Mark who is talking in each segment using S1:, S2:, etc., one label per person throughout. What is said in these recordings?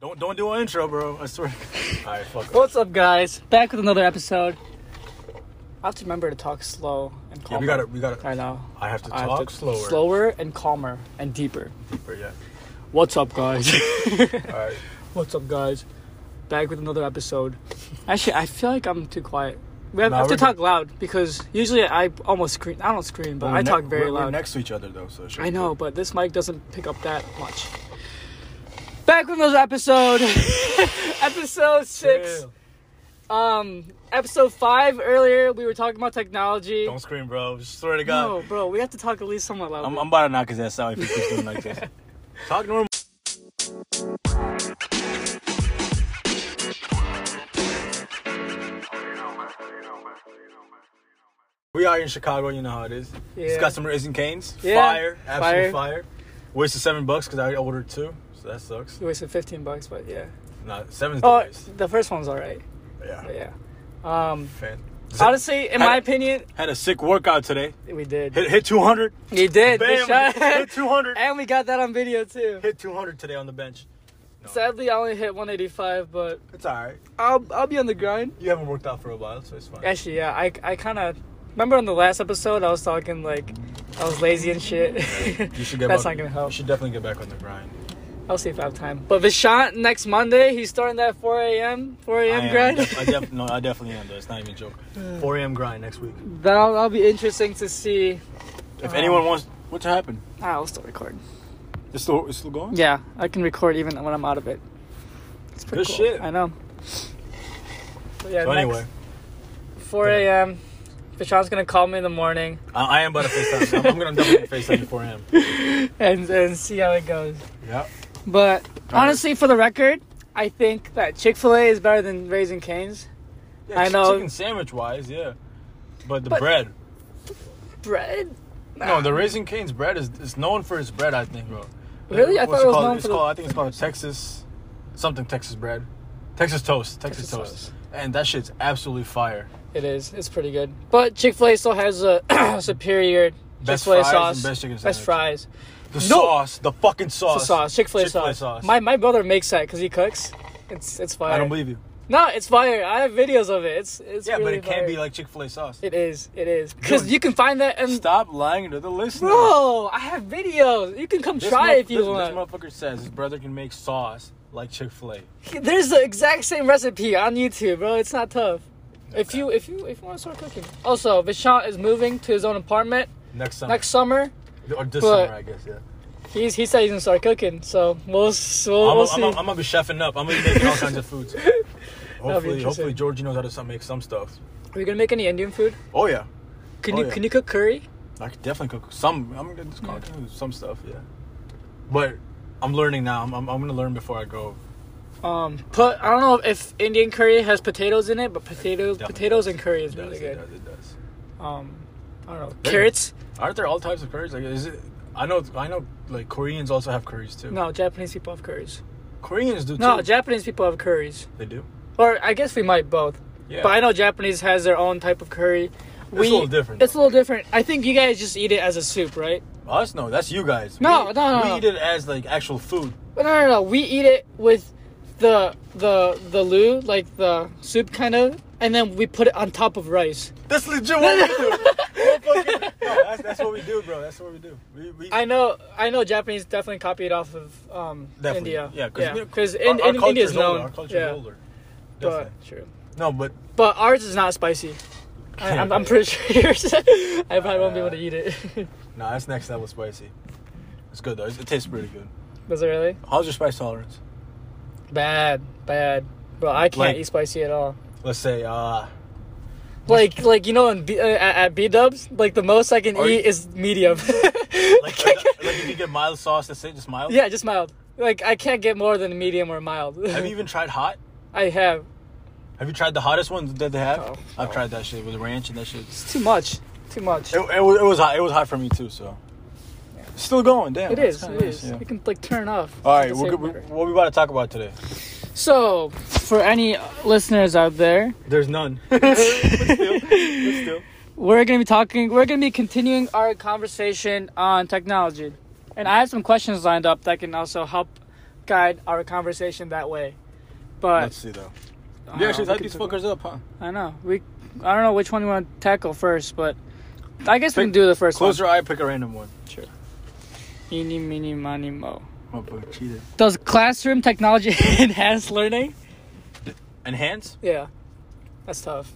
S1: Don't don't do an intro, bro. I swear. All right, fuck. off.
S2: What's up, guys? Back with another episode. I have to remember to talk slow and calmer.
S1: Yeah, we gotta we gotta.
S2: I know.
S1: I have to
S2: I have
S1: talk
S2: to-
S1: slower.
S2: slower and calmer and deeper.
S1: Deeper, yeah.
S2: What's up, guys?
S1: All right.
S2: What's up, guys? Back with another episode. Actually, I feel like I'm too quiet. We have,
S1: Nah,
S2: I have to
S1: we're good.
S2: talk loud because usually I almost scream. I don't scream, but
S1: Well,
S2: I
S1: we're ne-
S2: talk very
S1: we're, We're
S2: loud.
S1: next to each other though, so. it should
S2: I
S1: be
S2: know, but this mic doesn't pick up that much. Back with another episode. episode
S1: good.
S2: six. Um, episode five earlier, we were talking about technology.
S1: Don't scream, bro. Swear to God.
S2: no, bro, we have to talk at least somewhat loud.
S1: I'm, I'm about to knock his ass out if he keeps doing like this. Talk normal. We are in Chicago, you know how it is. It's
S2: Yeah.
S1: got some Raisin Canes.
S2: Yeah.
S1: Fire. Absolute
S2: Fire.
S1: fire. Wasted seven bucks because I ordered two, so that sucks.
S2: we wasted 15 bucks, but yeah.
S1: Nah, seven's the
S2: Oh,
S1: worst.
S2: the first one's alright, but
S1: Yeah.
S2: yeah. Um,
S1: Fan.
S2: honestly, in
S1: I-
S2: my opinion,
S1: Had a sick workout today.
S2: we did.
S1: Hit, hit 200.
S2: We did. We
S1: Bam.
S2: shot-
S1: Hit 200.
S2: and we got that on video too.
S1: Hit 200 today on the bench.
S2: Sadly, I only hit 185, but
S1: It's alright.
S2: I'll I'll be on the grind.
S1: You haven't worked out for a while, so it's fine.
S2: Actually, yeah, I I kind of remember on the last episode I was talking like I was lazy and shit.
S1: You should get
S2: That's
S1: back-
S2: not gonna help.
S1: You should definitely get back on the grind.
S2: I'll see if I have time. But Vishant next Monday, he's starting that 4 a.m. 4
S1: I
S2: a.m.
S1: am.
S2: grind.
S1: Def- I def- no, I definitely am. Though it's not even a joke. 4 a.m. grind next week.
S2: That'll, that'll be interesting to see.
S1: If
S2: Um,
S1: anyone wants, what to happen?
S2: Ah, I'll still record.
S1: It's still, it's still going.
S2: Yeah, I can record even when I'm out of it. It's pretty
S1: Good
S2: cool.
S1: shit.
S2: I know. But yeah,
S1: So
S2: next,
S1: anyway,
S2: 4 a.m. Vishant's gonna call me in the morning
S1: I, I am about to FaceTime. I'm, I'm gonna definitely FaceTime at 4 a.m.
S2: and, and see how it goes.
S1: Yeah.
S2: But honestly, for the record, I think that Chick fil A is better than Raising Cane's.
S1: yeah.
S2: I
S1: ch-
S2: know.
S1: Chicken sandwich wise, yeah. But the
S2: But-
S1: bread.
S2: Bread?
S1: No, the Raising Cane's bread is, is known for its bread, I think, bro.
S2: Really? I
S1: What's
S2: thought it was
S1: called?
S2: known
S1: it's
S2: for the-
S1: called, I think it's called Texas, something Texas bread, Texas toast, Texas,
S2: Texas
S1: toast.
S2: toast.
S1: and that shit's absolutely fire.
S2: It is. It's pretty good. But Chick fil A still has a superior Chick
S1: Best
S2: fil A
S1: fries
S2: sauce.
S1: and best chicken sandwich.
S2: fries.
S1: The sauce, the fucking sauce.
S2: It's a sauce. Chick fil A
S1: Chick-fil-A
S2: sauce. My, my brother makes that because he cooks. It's it's fire.
S1: I don't believe you.
S2: No, it's fire. I have videos of it. It's it's
S1: Yeah, but
S2: really
S1: it can't
S2: fire.
S1: be like Chick Fil A sauce.
S2: It is. It is because
S1: Dude.
S2: you can find that and
S1: Stop lying to the listeners.
S2: bro, I have videos. You can come
S1: This
S2: try
S1: mother-
S2: if you
S1: this,
S2: want.
S1: This motherfucker says his brother can make sauce like Chick Fil A.
S2: There's the exact same recipe on YouTube, bro. It's not tough. If you if you if you want to start cooking. Also, Vishant is moving to his own apartment
S1: Next summer,
S2: next summer.
S1: or this
S2: but-
S1: summer, I guess. Yeah.
S2: He's he said he's gonna start cooking, so we'll s- we'll,
S1: I'm, gonna-
S2: we'll see.
S1: I'm, gonna- I'm gonna be chefing up. I'm gonna be making all kinds of foods. Hopefully,
S2: interesting.
S1: hopefully Georgie knows how to some- make some stuff.
S2: Are you gonna make any Indian food?
S1: Oh yeah,
S2: Can
S1: Oh,
S2: you
S1: yeah.
S2: can you cook curry?
S1: I could definitely cook some. I'm gonna just cook some stuff. Yeah, but I'm learning now. I'm, I'm, I'm gonna learn before I go.
S2: Um, put I don't know if Indian curry has potatoes in it, but potatoes
S1: Definitely
S2: potatoes and curry is
S1: It
S2: really
S1: does,
S2: good.
S1: it does, it does.
S2: Um, I don't know
S1: There you
S2: carrots.
S1: Aren't there all types of curries? Like, is it? I know, I know. Like Koreans also have curries too.
S2: No, Japanese people have curries.
S1: Koreans do too.
S2: No, Japanese people have curries.
S1: they do.
S2: Or I guess we might both.
S1: Yeah,
S2: But I know Japanese has their own type of curry.
S1: it's a little different.
S2: It's a little different. I think you guys just eat it as a soup, right?
S1: Us? No, that's you guys.
S2: No,
S1: we,
S2: no, no,
S1: We
S2: no.
S1: eat it as like actual food.
S2: But no, no, no. We eat it with the the the lu, like the soup kind of, and then we put it on top of rice.
S1: That's legit what we do. We're fucking- no, that's, that's what we do, bro. That's what we do. We, we
S2: I know, I know. Japanese definitely copied off of um,
S1: Definitely.
S2: India.
S1: Yeah, 'cause we-
S2: because
S1: our-
S2: in,
S1: our
S2: in, India is
S1: culture's older,
S2: known.
S1: Our culture
S2: yeah,
S1: is older.
S2: but
S1: Definitely.
S2: true.
S1: No, but
S2: But ours is not spicy. I, I'm, I'm pretty sure yours. I probably won't be able to eat it.
S1: nah, that's next level spicy. It's good though. It's, it tastes pretty good.
S2: Does it really?
S1: How's your spice tolerance?
S2: Bad, bad, bro. I can't
S1: Like-
S2: eat spicy at all.
S1: Let's say, uh,
S2: Like, like you know, in B, uh, at, at B Dubs, like the most I can
S1: Are you-
S2: eat is medium.
S1: like, like if you get mild sauce, that's it, just mild.
S2: yeah, just mild. Like I can't get more than medium or mild.
S1: Have you even tried hot?
S2: I have.
S1: Have you tried the hottest one that they have?
S2: Oh, No.
S1: I've tried that shit with the ranch and that shit. It,
S2: It's too much. Too much.
S1: it, was, it was hot. It was hot for me too. So still going. Damn,
S2: It
S1: that's
S2: is.
S1: kinda
S2: It
S1: nice,
S2: is.
S1: yeah.
S2: You can like turn it off.
S1: All right,
S2: It's
S1: we're
S2: a
S1: good. we
S2: safe word.
S1: what we about to talk about today?
S2: So, for any listeners out there,
S1: There's none. but still, but still.
S2: we're gonna be talking. We're gonna be continuing our conversation on technology, and I have some questions lined up that can also help guide our conversation that way. But
S1: Let's see though.
S2: I don't
S1: You
S2: know,
S1: actually
S2: we
S1: type
S2: could
S1: these
S2: talk-
S1: fuckers up, huh?
S2: I know. We I don't know which one you want to tackle first, but I guess we
S1: Pick-
S2: can do the first
S1: Close
S2: one.
S1: your eye, pick a random one.
S2: Sure. Eeny, meeny, miny, mo.
S1: Oh, but cheated.
S2: Does classroom technology enhance learning?
S1: Enhance?
S2: Yeah, that's tough.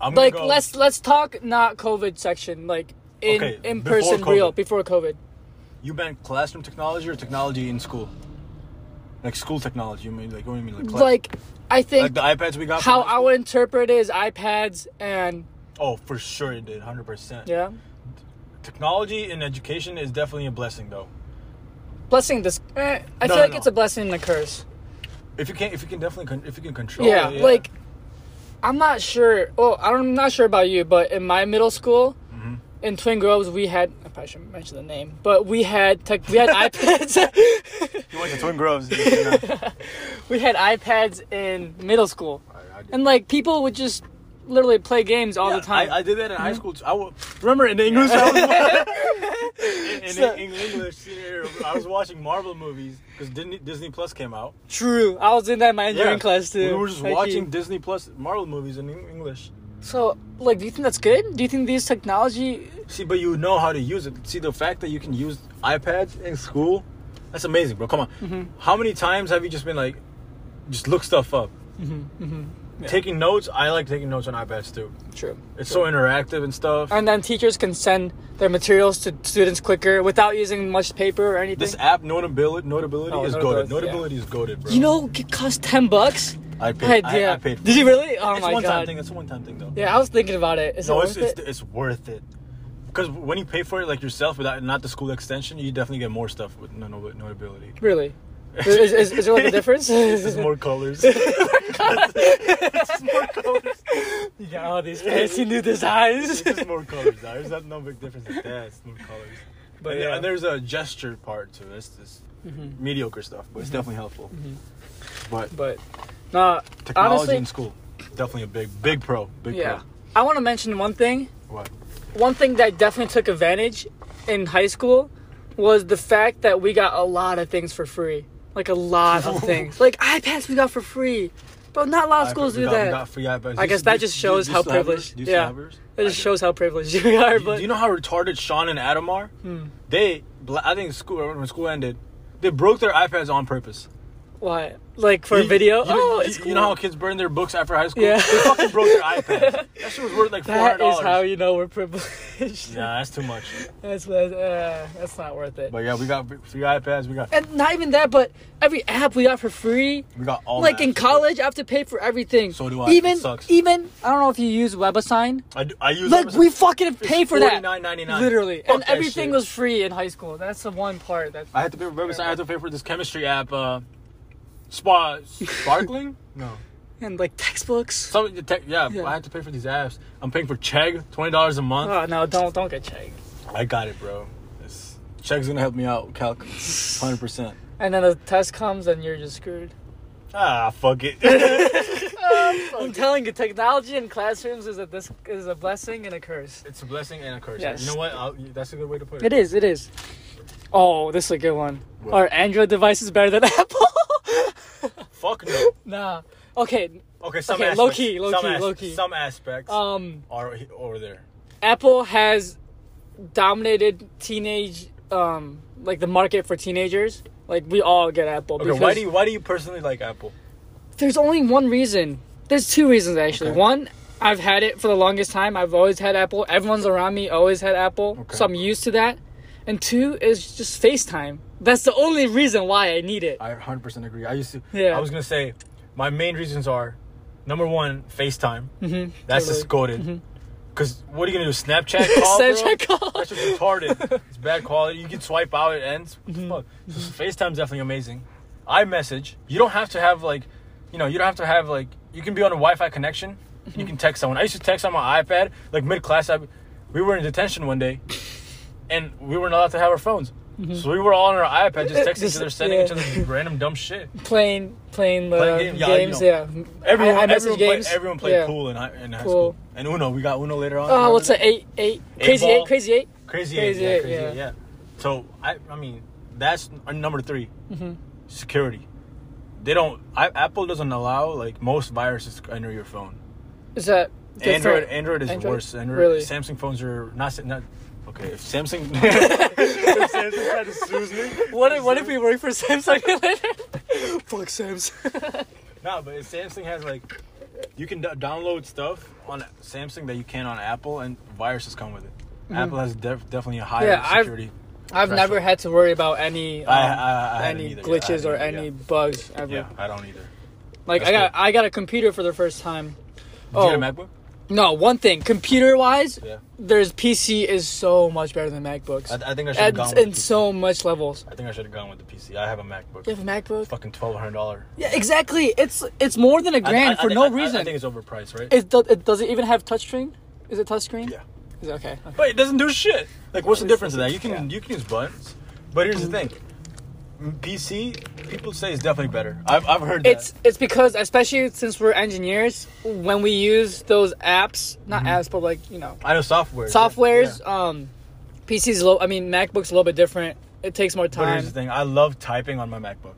S1: I'm
S2: Like
S1: go-
S2: let's let's talk not COVID section, like in
S1: Okay,
S2: in
S1: before
S2: person,
S1: COVID.
S2: real before COVID.
S1: You meant classroom technology or technology in school? Like school technology? You mean like what do you mean like class-
S2: Like I
S1: like
S2: think
S1: the iPads we got?
S2: how
S1: from high
S2: I would interpret it is iPads and
S1: school? Oh, for sure it did, hundred percent.
S2: yeah,
S1: Technology in education is definitely a blessing, though.
S2: blessing. This eh, I
S1: No,
S2: feel
S1: no,
S2: like
S1: no.
S2: it's a blessing and a curse.
S1: If you can, if you can definitely, con- if you can control.
S2: yeah,
S1: it,
S2: like I'm not sure. Well, I'm not sure about you, but in my middle school,
S1: Mm-hmm.
S2: in Twin Groves, we had I probably shouldn't mention the name, but we had tech. We had iPads.
S1: you went to Twin Groves. you know?
S2: we had iPads in middle school,
S1: I- I did.
S2: and like people would just literally play games all the
S1: Yeah,
S2: time. Mm-hmm.
S1: I, I did that in high school. Too. I w- remember in English. I was, in, in,
S2: So-
S1: in English, senior year, I was watching Marvel movies because Disney, Disney Plus came out.
S2: True, I was in that my engineering class too.
S1: We were just
S2: Thank you.
S1: watching Disney Plus Marvel movies in Eng- English.
S2: So, like, do you think that's good? Do you think these technology?
S1: See, but you know how to use it. See, the fact that you can use iPads in school, that's amazing, bro. Come on.
S2: Mm-hmm.
S1: How many times have you just been like, just look stuff up?
S2: Mm-hmm.
S1: Taking notes, I like taking notes on iPads too.
S2: True.
S1: It's so interactive and stuff.
S2: And then teachers can send their materials to students quicker without using much paper or anything.
S1: this app notability notability
S2: Oh,
S1: is
S2: notability,
S1: goaded. Notability is goaded, bro.
S2: You know, it cost ten bucks.
S1: I paid.
S2: I,
S1: I,
S2: yeah.
S1: I paid.
S2: Did you really? Oh
S1: it's
S2: my
S1: a one time
S2: god.
S1: thing. It's a one time thing though.
S2: Yeah, I was thinking about it. Is
S1: No,
S2: it
S1: it's,
S2: worth
S1: it's
S2: it?
S1: it's worth it. Because when you pay for it like yourself, without not the school extension, you definitely get more stuff with no, no notability.
S2: Really? is, is, is there like a difference?
S1: There's more colors. There's more colors.
S2: you got all these fancy new designs.
S1: There's more colors. Now. There's not no big difference. Like that. It's more colors. But
S2: But
S1: and,
S2: yeah. Mm-hmm.
S1: yeah. and there's a gesture part to this. This mediocre stuff, but it's definitely helpful. But
S2: but, nah.
S1: technology
S2: honestly,
S1: in school, definitely a big, big pro, big
S2: yeah. I want to mention one thing.
S1: pro. What?
S2: One thing that I definitely took advantage in high school was the fact that we got a lot of things for free. Like a lot of things. Like iPads we got for free. But not a lot of schools
S1: we
S2: do
S1: got-
S2: that.
S1: we got free iPads.
S2: I
S1: You-
S2: guess that
S1: you-
S2: just
S1: you-
S2: shows
S1: you
S2: how
S1: still have
S2: privileged-
S1: yours? Do you still
S2: yeah.
S1: have yours?
S2: That
S1: I
S2: just
S1: do.
S2: shows how privileged you are.
S1: Do,
S2: But
S1: do you know how retarded Sean and Adam are?
S2: Hmm.
S1: They, bla- I think school when school ended, they broke their iPads on purpose
S2: why? Like for a
S1: You-
S2: video?
S1: You,
S2: oh,
S1: you,
S2: it's cool.
S1: you know how kids burn their books after high school?
S2: Yeah.
S1: They fucking broke their iPads. That shit was worth like four hundred
S2: that is
S1: dollars.
S2: how you know we're privileged.
S1: Nah, that's too much.
S2: That's that's, uh, that's not worth it.
S1: But yeah, we got free iPads. We got
S2: and not even that, but every app we got for free.
S1: we got all.
S2: like
S1: the
S2: in
S1: apps.
S2: college, I have to pay for everything.
S1: So do I. It
S2: Even
S1: sucks.
S2: even I don't know if you use WebAssign.
S1: I, do- I use
S2: Like
S1: Amazon.
S2: we fucking have paid for that.
S1: $49.99.
S2: Literally,
S1: Fuck
S2: and
S1: that
S2: everything
S1: shit.
S2: was free in high school. That's the one part that.
S1: I had to pay for website. I had to pay for this chemistry app. Uh, spa sparkling. no.
S2: And like textbooks.
S1: Some the tech, yeah,
S2: Yeah.
S1: I had to pay for these apps. I'm paying for Chegg, twenty dollars a month.
S2: Oh no! Don't don't get checked.
S1: I got it, bro. It's, Chegg's gonna help me out, calc, hundred percent.
S2: And then the test comes, and you're just screwed.
S1: Ah, fuck it.
S2: I'm telling you, technology in classrooms is a this is a blessing and a curse.
S1: it's a blessing and a curse.
S2: Yes.
S1: You know what? I'll, that's a good way to put it.
S2: It is. It is. Oh, this is a good one.
S1: What?
S2: Are Android devices better than Apple?
S1: Fuck no.
S2: nah. Okay.
S1: Okay, some
S2: Okay,
S1: aspects,
S2: low key, low
S1: some
S2: key,
S1: as-
S2: low key.
S1: Some aspects
S2: Um,
S1: are he- over there.
S2: Apple has dominated teenage, um, like the market for teenagers. Like we all get Apple.
S1: Okay, why
S2: because-
S1: do you why do you personally like Apple?
S2: there's only one reason. There's two reasons actually.
S1: Okay.
S2: One, I've had it for the longest time. I've always had Apple. Everyone's around me always had Apple,
S1: Okay.
S2: so I'm used to that. And two is just FaceTime. That's the only reason why I need it.
S1: I 100% agree. I used to.
S2: Yeah.
S1: I was gonna say, my main reasons are, number one, FaceTime. Mm-hmm, That's just goaded. Because what are you gonna do? Snapchat call. bro?
S2: Mm-hmm. Snapchat call.
S1: That's just retarded. it's bad quality. You can swipe out. It ends. What
S2: Mm-hmm.
S1: the Fuck. So FaceTime's definitely amazing. iMessage. You don't have to have like, you know, you don't have to have like. You can be on a Wi-Fi connection. and
S2: Mhm.
S1: You can text someone. I used to text on my iPad. Like mid class, I, we were in detention one day, and we weren't allowed to have our phones. So we were all on our iPad, just texting
S2: Just-
S1: each other, sending
S2: Mm-hmm. yeah.
S1: each other random dumb shit.
S2: Playing, playing, uh,
S1: Playing game- yeah, you
S2: games.
S1: know.
S2: Yeah,
S1: Everyone,
S2: I, I message
S1: everyone,
S2: games.
S1: Played, everyone played
S2: yeah.
S1: pool in high, in high
S2: Pool.
S1: school. And Uno, we got Uno later on.
S2: Oh,
S1: remember
S2: what's
S1: that?
S2: that? Eight, eight, crazy
S1: ball.
S2: eight, crazy eight.
S1: Crazy,
S2: Crazy
S1: eight,
S2: eight,
S1: yeah, crazy
S2: yeah. Mm-hmm.
S1: eight, yeah. So I, I mean, that's n- number 3 Security. they don't. I, Apple doesn't allow like most viruses to enter your phone.
S2: Is that
S1: Android,
S2: different?
S1: Android is
S2: Android?
S1: worse. Android,
S2: Really?
S1: Samsung phones are not. sa- not okay, if Samsung, if Samsung tried to sue me,
S2: What if, what if we work for Samsung later? Fuck Samsung.
S1: No, but if Samsung has like, you can d- download stuff on Samsung that you can on Apple, and viruses come with it. Apple has def- definitely a higher
S2: Mm-hmm. Yeah, I've-
S1: security.
S2: I've never
S1: Threshold.
S2: had to worry about any um,
S1: I- I- I hadn't
S2: any
S1: either. Yeah, I
S2: glitches or
S1: hadn't either,
S2: any
S1: yeah.
S2: bugs ever.
S1: Yeah, I don't either.
S2: Like I
S1: That's
S2: got
S1: good.
S2: I got a computer for the first time.
S1: Did
S2: Oh.
S1: you get a MacBook?
S2: No, one thing, computer wise,
S1: Yeah.
S2: there's PC is so much better than MacBooks.
S1: I, I think I should have
S2: and,
S1: gone. With the
S2: and
S1: PC.
S2: so much levels.
S1: I think I should have gone with the PC. I have a MacBook.
S2: You have a MacBook?
S1: Fucking twelve hundred dollar.
S2: Yeah, exactly. It's it's more than a grand for no reason.
S1: I, think it's overpriced, right?
S2: It, do, it does it even have touchscreen? Is it touchscreen?
S1: Yeah.
S2: Is it, okay. okay.
S1: but it doesn't do shit. Like, what's the
S2: It's-
S1: difference of that? You can you can use buttons, but here's the thing. PC, people say it's definitely better. I've, I've heard that.
S2: It's it's because especially since we're engineers, when we use those apps,
S1: Mm-hmm.
S2: not apps, but like you know
S1: I know software.
S2: softwares. Um, PC's low. I mean MacBook's a little bit different. It takes more
S1: But here's the
S2: time.
S1: thing. I love typing on my MacBook.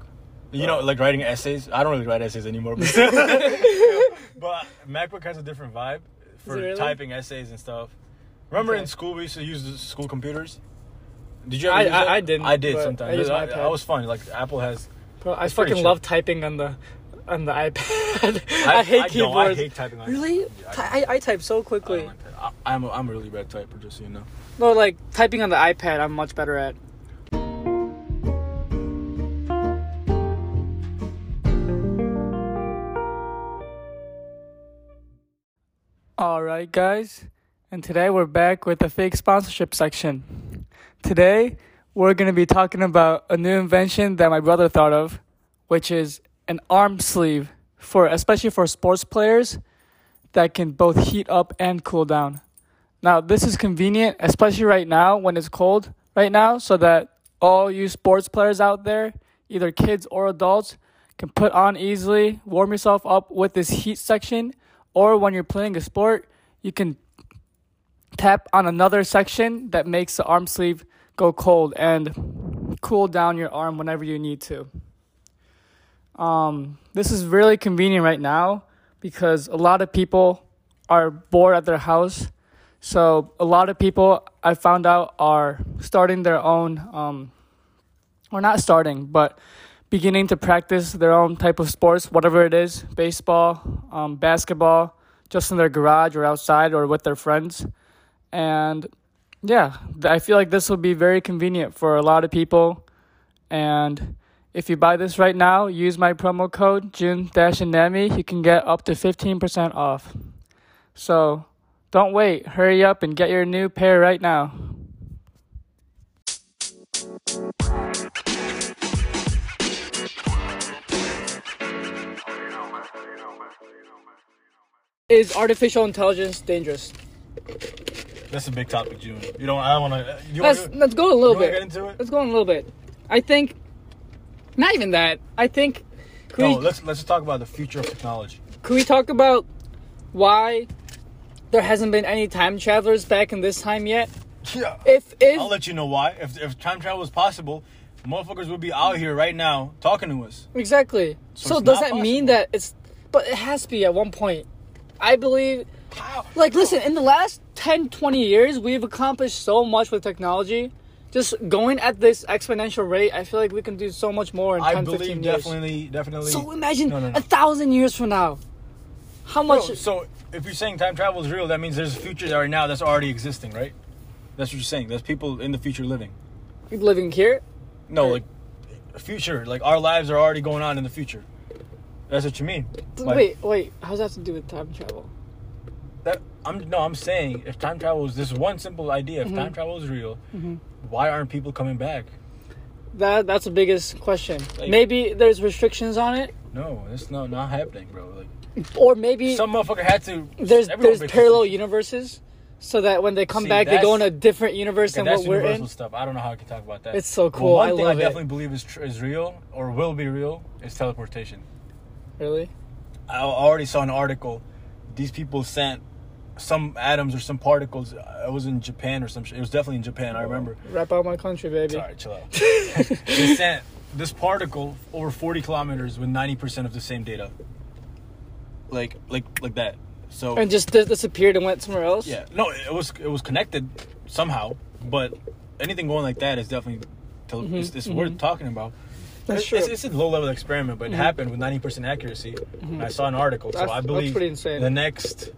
S1: You
S2: Oh.
S1: know, like writing essays. I don't really write essays anymore, but, but MacBook has a different vibe for
S2: it really?
S1: typing essays and stuff. Remember
S2: Okay.
S1: in school we used to use the school computers. Did you? Ever
S2: I-
S1: use
S2: I-
S1: that?
S2: I didn't,
S1: I did
S2: but I
S1: sometimes.
S2: used
S1: I,
S2: my
S1: I,
S2: iPad.
S1: was fun. Like Apple has.
S2: Bro, I
S1: It's pretty
S2: fucking
S1: chill.
S2: love typing on the on the iPad. I,
S1: I,
S2: hate
S1: I,
S2: keyboards.
S1: no, I hate typing. On
S2: Really?
S1: Yeah, I,
S2: I, I type so
S1: I
S2: quickly.
S1: don't like that. I, I'm a, I'm a really bad typer, just so you know.
S2: No, like typing on the iPad, I'm much better at. All right, guys, and today we're back with the fake sponsorship section. Today we're gonna be talking about a new invention that my brother thought of, which is an arm sleeve for especially for sports players that can both heat up and cool down. Now, this is convenient, especially right now when it's cold right now, so that all you sports players out there, either kids or adults, can put on easily, warm yourself up with this heat section, or when you're playing a sport, you can tap on another section that makes the arm sleeve go cold and cool down your arm whenever you need to. Um, this is really convenient right now because a lot of people are bored at their house so a lot of people I found out are starting their own, um, or not starting, but beginning to practice their own type of sports, whatever it is, baseball, um, basketball, just in their garage or outside or with their friends. And yeah, th- I feel like this will be very convenient for a lot of people. And if you buy this right now, use my promo code Jun-Nami, you can get up to 15% off. So don't wait. Hurry up and get your new pair right now. Is artificial intelligence dangerous?
S1: That's a big topic, June. You don't. I don't want to. You
S2: Let's
S1: wanna-
S2: let's go a little
S1: you wanna
S2: bit.
S1: get into it?
S2: Let's go in a little bit. I think not even that. I think can,
S1: No,
S2: we,
S1: let's let's talk about the future of technology.
S2: can we talk about why there hasn't been any time travelers back in this time yet?
S1: Yeah.
S2: If if
S1: I'll let you know why. If, if time travel was possible, motherfuckers would be out here right now talking to us.
S2: Exactly. So,
S1: it's
S2: does that
S1: not
S2: mean
S1: possible.
S2: that it's? But it has to be at one point. I believe. Like, listen. In the last 10, 20 years, we've accomplished so much with technology. Just going at this exponential rate, I feel like we can do so much more in
S1: I
S2: 10, 15
S1: believe
S2: years.
S1: definitely, definitely.
S2: So imagine
S1: No, no, no.
S2: a thousand years from now, how much?
S1: Bro, so if you're saying time travel is real, that means there's a future that right now that's already existing, right? That's what you're saying. There's people in the future living.
S2: living here?
S1: No, like future, like our lives are already going on in the future. That's what you mean. Like,
S2: wait, wait. How's that have to do with time travel?
S1: That, I'm no, I'm saying if time travel is this is one simple idea,
S2: Mm-hmm.
S1: if time travel is real, why aren't people coming back?
S2: That that's the biggest question.
S1: Like-
S2: maybe there's restrictions on it,
S1: No, that's not not happening, bro. Like
S2: or maybe
S1: some motherfucker had to.
S2: there's
S1: everyone
S2: there's
S1: vacations.
S2: parallel universes so that when they come
S1: See,
S2: back they go in
S1: that's-
S2: a different universe
S1: Okay,
S2: than
S1: that's
S2: what we're
S1: universal
S2: in
S1: stuff. I don't know how I can talk about that.
S2: It's so
S1: But
S2: cool.
S1: one
S2: I
S1: thing
S2: love
S1: I
S2: it.
S1: definitely believe is tr- is real or will be real is teleportation.
S2: really
S1: I already saw an article. These people sent some atoms or some particles. uh, It was in Japan or some shit. It was definitely in Japan. I remember.
S2: rap out my country baby
S1: Sorry, chill out. they sent this particle over 40 kilometers with 90% of the same data. Like like like that. So
S2: and just dis- disappeared and went somewhere else.
S1: yeah, no, it was it was connected somehow, but anything going like that is definitely tele- it's, it's worth talking about.
S2: Mm-hmm, That's
S1: It's-
S2: true. Mm-hmm.
S1: It's, it's a low level experiment, but it happened with 90% accuracy. And I saw an article, so
S2: That's-
S1: I
S2: that's
S1: believe
S2: pretty insane.
S1: the next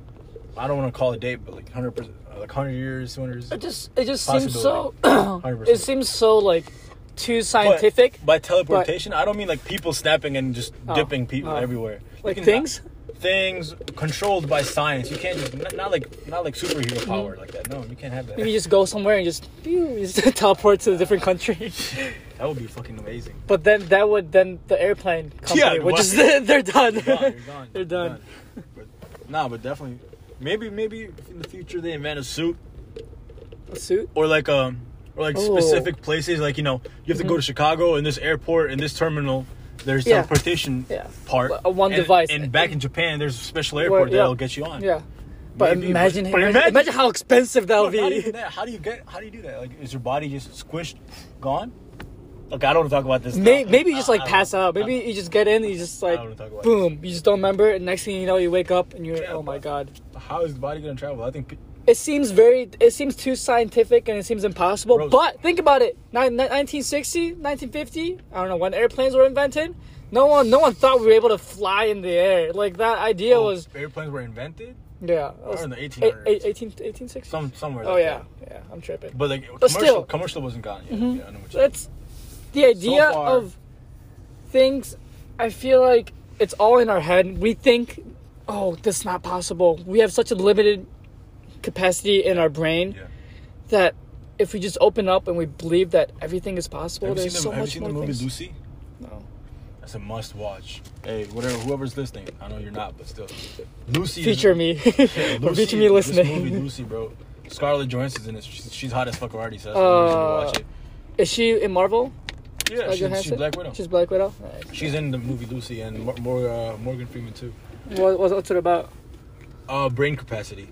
S1: I don't want to call a date, but like 100% uh, like 100 years, 200 years.
S2: It just it just seems so.
S1: 100%.
S2: it seems so like too
S1: But
S2: scientific.
S1: by teleportation, I don't mean like people snapping and just
S2: Oh,
S1: dipping people
S2: oh.
S1: everywhere. You
S2: like
S1: can-
S2: things.
S1: things controlled by science. You can't just not, not like not like superhero power like that. No, you can't have that.
S2: Mm-hmm. You just go somewhere and just pew, just teleport to a different country.
S1: That would be fucking amazing.
S2: But then that would then the airplane company
S1: Yeah,
S2: would
S1: what?
S2: just they're done.
S1: You're done. You're done.
S2: They're done.
S1: But, nah, but definitely, maybe maybe in the future they invent a suit
S2: A suit.
S1: or like um or like
S2: Ooh.
S1: specific places. Like you know, you have to go to Chicago and this airport and this terminal. There's
S2: Mm-hmm. Yeah.
S1: teleportation
S2: Yeah.
S1: part.
S2: A one
S1: And-
S2: device.
S1: And back in Japan, there's a special airport
S2: yeah.
S1: that'll get you on.
S2: Yeah. But
S1: Maybe,
S2: imagine,
S1: but-
S2: imagine,
S1: but
S2: imagine,
S1: imagine-
S2: how expensive that'll
S1: No, not
S2: be.
S1: even that. How do you get? How do you do that? Like, is your body just squished, gone? Okay, I don't want to talk about this.
S2: May-
S1: now.
S2: maybe you just
S1: I-
S2: like
S1: I
S2: pass
S1: don't-
S2: out. Maybe you just get in. And you just like
S1: I wanna talk about
S2: boom. You just don't remember. And next thing you know, you wake up and you're
S1: Yeah,
S2: oh my
S1: but-
S2: god.
S1: How is the body gonna travel? I think. pe-
S2: It seems very. It seems too scientific and it seems impossible.
S1: Bro.
S2: But think about it. Nin- 1960, 1950. I don't know when airplanes were invented. No one, no one thought we were able to fly in the air. Like that idea was,
S1: airplanes were invented?
S2: yeah, it was
S1: Oh. in the
S2: eight-
S1: 1800s.
S2: eight- 18 1860s?
S1: Some somewhere.
S2: Oh
S1: like
S2: yeah,
S1: that.
S2: yeah. I'm tripping.
S1: But like commercial,
S2: But still. Mm-hmm.
S1: commercial wasn't gone yet. Yeah, I know what you
S2: that's the idea
S1: far-
S2: of things i feel like it's all in our head we think oh this is not possible we have such a limited capacity in our brain
S1: Yeah.
S2: that if we just open up and we believe that everything is possible
S1: Have you seen
S2: there's
S1: the,
S2: so
S1: have you
S2: much
S1: seen
S2: more
S1: the movie
S2: things
S1: Lucy?
S2: No.
S1: That's a must watch. Hey, whatever, whoever's listening, I know you're not, but still, Lucy. is-
S2: feature me or
S1: Lucy-
S2: feature me
S1: This movie,
S2: listening
S1: Lucy, bro. Scarlett Johansson's in it. She's, she's hot as fuck already, so that's
S2: Uh,
S1: uh, reason to watch it.
S2: is she in marvel
S1: Yeah,
S2: Scarlett
S1: she's- she's,
S2: Johansson?
S1: Black Widow.
S2: she's black widow Alright.
S1: She's in the movie Lucy and Mor- Mor- uh, Morgan Freeman too.
S2: what, what, what's it about
S1: Uh, brain capacity.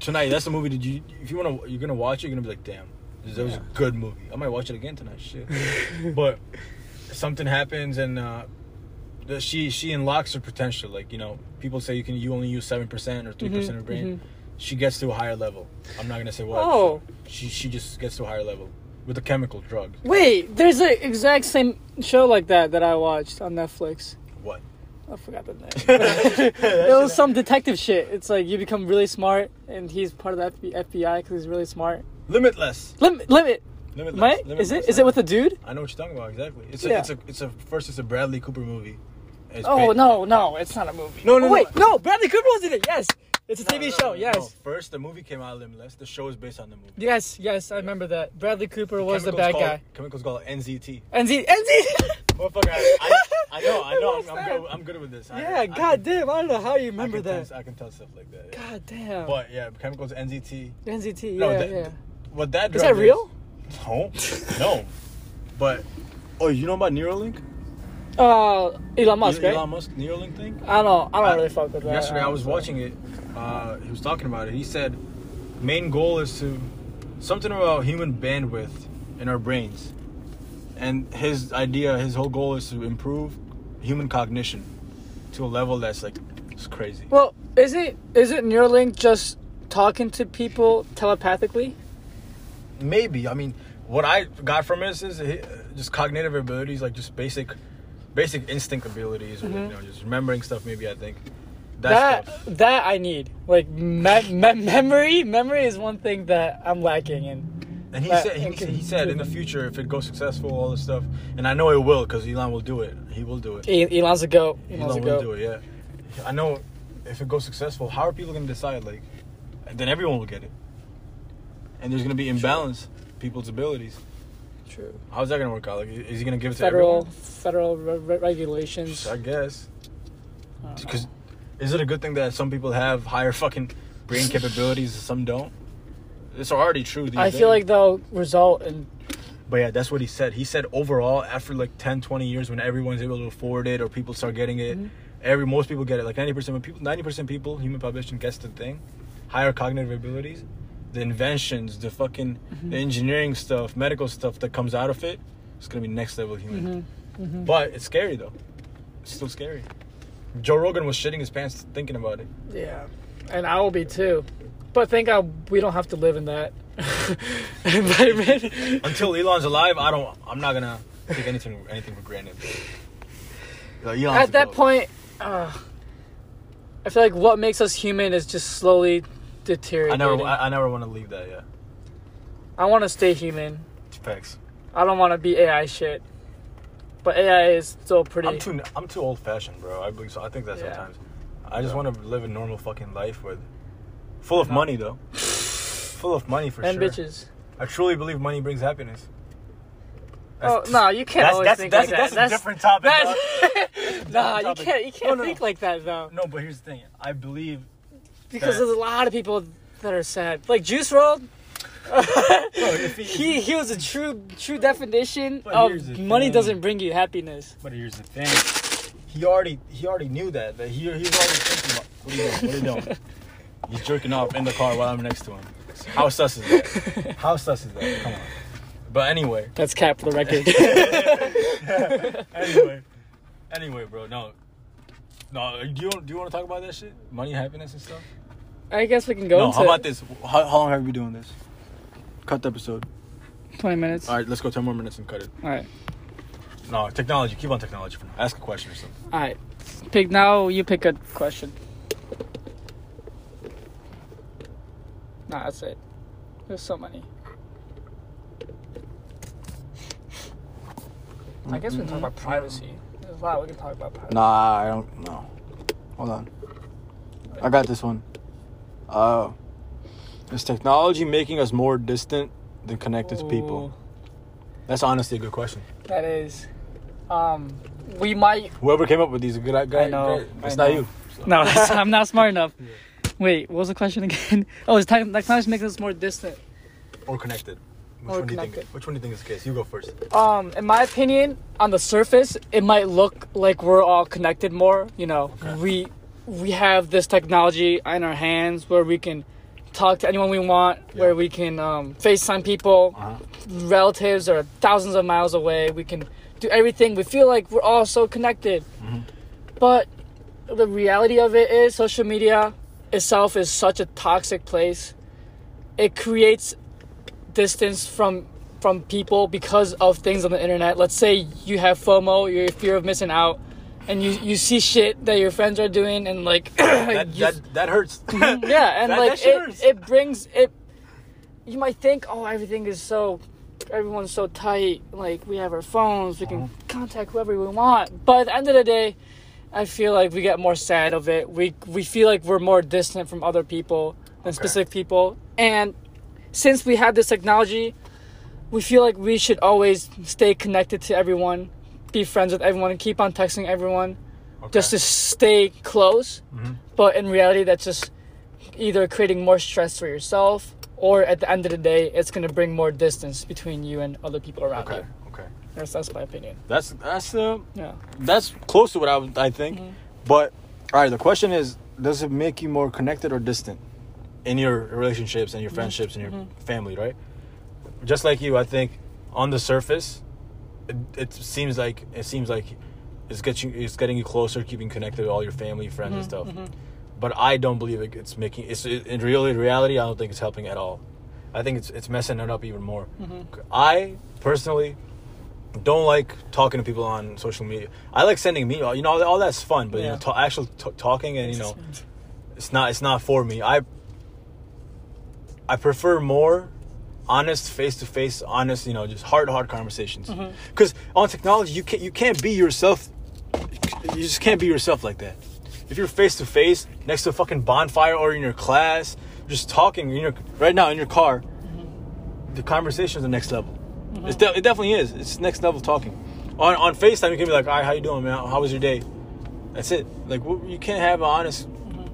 S1: Tonight, that's the movie. Did you? If you wanna, you're gonna watch it. You're gonna be like, damn, this- that was a good movie. I might watch it again tonight. Shit. but something happens, and uh, the, she she unlocks her potential. Like you know, people say you can you only use seven percent or three
S2: Mm-hmm,
S1: percent of your brain. She gets to a higher level. I'm not gonna say what.
S2: Oh.
S1: She she just gets to a higher level with a chemical drug.
S2: wait there's an exact same show like that that i watched on netflix
S1: What?
S2: I forgot the name. it was some detective shit. It's like you become really smart, and he's part of the FB FBI because he's really smart.
S1: Limitless.
S2: Limit, limit,
S1: Limitless.
S2: right?
S1: Limitless.
S2: Is it? Is it with the dude?
S1: I know what you're talking about exactly. It's a,
S2: Yeah.
S1: it's a, it's a first. It's a Bradley Cooper movie. It's
S2: Oh
S1: ba-
S2: no, no, it's not a movie.
S1: No, no,
S2: Oh,
S1: no.
S2: wait, no. Bradley Cooper was in it. Yes, it's a
S1: No,
S2: TV
S1: no,
S2: show.
S1: no, no,
S2: yes,
S1: no. First, the movie came out limitless. The show is based on the movie.
S2: yes, yes. I remember that. Bradley Cooper was the
S1: Chemicals
S2: bad
S1: called,
S2: guy.
S1: Chemicals called NZT.
S2: And Z, and Z.
S1: Motherfucker, I, I, I know, I know.
S2: What's
S1: I'm, I'm,
S2: that?
S1: good, I'm good with this. I-
S2: yeah,
S1: I,
S2: goddamn.
S1: can-
S2: I don't know how you
S1: I
S2: remember
S1: can
S2: that.
S1: Tell, I can tell stuff like that. Yeah.
S2: God damn.
S1: But yeah, chemicals NZT.
S2: NZT. Yeah,
S1: No, that-
S2: yeah.
S1: What that
S2: Is
S1: drug
S2: that real?
S1: No, no. But oh, you know about Neuralink?
S2: Uh, Elon Musk,
S1: Elon
S2: right?
S1: Musk Neuralink thing.
S2: I don't. I don't
S1: I-
S2: really fuck with that.
S1: Yesterday, I was
S2: honestly.
S1: watching it. Uh, he was talking about it. He said, main goal is to something about human bandwidth in our brains, and his idea, his whole goal is to improve human cognition to a level that's like it's crazy.
S2: Well, isn't isn't Neuralink just talking to people telepathically?
S1: Maybe I mean, what I got from this is he- just cognitive abilities, like just basic, basic instinct abilities, or, you know, just remembering stuff. Maybe I think
S2: Mm-hmm. That
S1: that's stuff.
S2: that I need. Like me- me- memory, memory is one thing that I'm lacking in.
S1: And he
S2: But
S1: said, he,
S2: it can-
S1: he said, in the future, if it goes successful, all this stuff, and I know it will, because Elon will do it. He will do it.
S2: E- Elon's a goat. Elon's
S1: Elon
S2: a
S1: will
S2: goat.
S1: do it. Yeah. I know. If it goes successful, how are people gonna decide? Like, and then everyone will get it, and there's gonna be imbalance people's abilities.
S2: True.
S1: How's that gonna work out? Like, i- is he gonna give it to
S2: Federal
S1: everyone?
S2: federal re- re- regulations.
S1: I guess. Because, is it a good thing that some people have higher fucking brain capabilities and some don't? It's already true. These
S2: I feel
S1: days.
S2: like they'll result in
S1: But yeah, that's what he said. He said overall, after like 10, 20 years, when everyone's able to afford it or people start getting it,
S2: Mm-hmm.
S1: every most people get it. Like ninety percent of people, ninety percent people, human population gets the thing. Higher cognitive abilities, the inventions, the
S2: Mm-hmm.
S1: fucking the engineering stuff, medical stuff that comes out of it, it's gonna be next level human.
S2: Mm-hmm.
S1: But it's scary though. It's still scary. Joe Rogan was shitting his pants thinking about it.
S2: Yeah, and I will be too. But thank God we don't have to live in that environment.
S1: Until Elon's alive, I don't. I'm not gonna take anything anything for granted. Yo, Elon's
S2: At
S1: the
S2: that
S1: GOAT.
S2: point, uh, I feel like what makes us human is just slowly
S1: I
S2: deteriorating. I,
S1: never I, I never want to leave that. Yeah,
S2: want to stay human.
S1: it's facts.
S2: I don't want to be AI shit. But AI is still pretty.
S1: I'm too I'm too old fashioned, bro. I believe so. I think that
S2: Yeah.
S1: sometimes. I just want to live a normal fucking life with, full of money though. Full of money for
S2: and
S1: sure.
S2: bitches.
S1: I truly believe money brings happiness.
S2: Oh no, you can't
S1: that's-
S2: always
S1: that's-
S2: think
S1: that's-
S2: like
S1: that's a
S2: that.
S1: different topic,
S2: That's, nah, you
S1: topic.
S2: can't.
S1: No,
S2: You can't
S1: no,
S2: think
S1: no.
S2: like that though,
S1: No, but here's the thing. I believe
S2: because
S1: That-
S2: there's a lot of people that are sad. Like Juice World.
S1: if he-
S2: he he was a true true definition
S1: But here's
S2: of
S1: the
S2: money
S1: thing.
S2: doesn't bring you happiness.
S1: But here's the thing. He already he already knew that. That he he was already thinking about what are you doing? What are you doing? He's jerking off in the car while I'm next to him. How sus is that? How sus is that? Come on. But anyway.
S2: That's cap for the record.
S1: Anyway. anyway, bro, no. No, do you do you want to talk about that shit? Money, happiness, and stuff.
S2: I guess we can go
S1: no,
S2: into
S1: how about this? How, how long have we been doing this? Cut the episode.
S2: 20 minutes.
S1: All right, let's go ten more minutes and cut it.
S2: All right.
S1: No, technology. Keep on technology for now. Ask a question or something.
S2: All right. Pick now. You pick a question. Nah, that's it. There's so many. I guess we can talk about privacy. There's a lot we can talk about privacy.
S3: Nah, I don't know. Hold on. I got this one. Uh, is technology making us more distant than connected to people?
S2: Oh.
S1: That's honestly a good question.
S2: That is, um, we might.
S3: Whoever came up with these, good guy.
S2: I know,
S3: guy- That's
S2: I
S3: not
S2: know.
S3: you.
S2: No, that's, I'm not smart enough. Wait, what was the question again? Oh, is time technology making us more distant?
S1: Or connected. Which
S2: Or
S1: one Do you
S2: connected.
S1: think, which one do you think is the case? You go first.
S2: Um, in my opinion, on the surface, it might look like we're all connected more. You know, we we have this technology in our hands where we can talk to anyone we want, where we can um, FaceTime people, relatives are thousands of miles away. We can do everything. We feel like we're all so connected,
S1: Mm-hmm.
S2: but the reality of it is, social media itself is such a toxic place. It creates distance from from people because of things on the internet. Let's say you have FOMO, your fear of missing out, and you you see shit that your friends are doing, and like
S1: That,
S2: you-
S1: that, that hurts.
S2: yeah, and
S1: That-
S2: like
S1: that shit hurts.
S2: it, it brings it. You might think, oh, everything is so, everyone's so tight. Like we have our phones, we can contact whoever we want. But at the end of the day, I feel like we get more sad of it. We we feel like we're more distant from other people than specific people. And since we have this technology, we feel like we should always stay connected to everyone, be friends with everyone, and keep on texting everyone just to stay close.
S1: Mm-hmm.
S2: But in reality, that's just either creating more stress for yourself or at the end of the day, it's going to bring more distance between you and other people around
S1: okay.
S2: you.
S1: Okay.
S2: That's, that's my opinion.
S3: That's that's uh,
S2: Yeah.
S3: that's close to what I would- I think.
S2: Mm-hmm.
S3: But all right, the question is, does it make you more connected or distant
S1: In your relationships and your friendships and your family, right? Just like you, I think on the surface, it, it seems like it seems like it's getting it's getting you closer, keeping connected with all your family, friends, and stuff. But I don't believe it, it's making it's it, in really in reality. I don't think it's helping at all. I think it's it's messing it up even more. I personally don't like talking to people on social media. I like sending me, you know, all, all that's fun, but you
S2: Yeah.
S1: know, ta actual t- talking and you know, it's not it's not for me. I I prefer more honest face to face, honest, you know, just hard hard conversations. Cuz on technology you can not you can't be yourself you just can't be yourself like that. If you're face to face next to a fucking bonfire or in your class, just talking in your right now in your car, the conversation is the next level. It's de- it definitely is. It's next level talking. On on FaceTime, you can be like, "All right, how you doing, man? How was your day?" That's it. Like wh- you can't have honest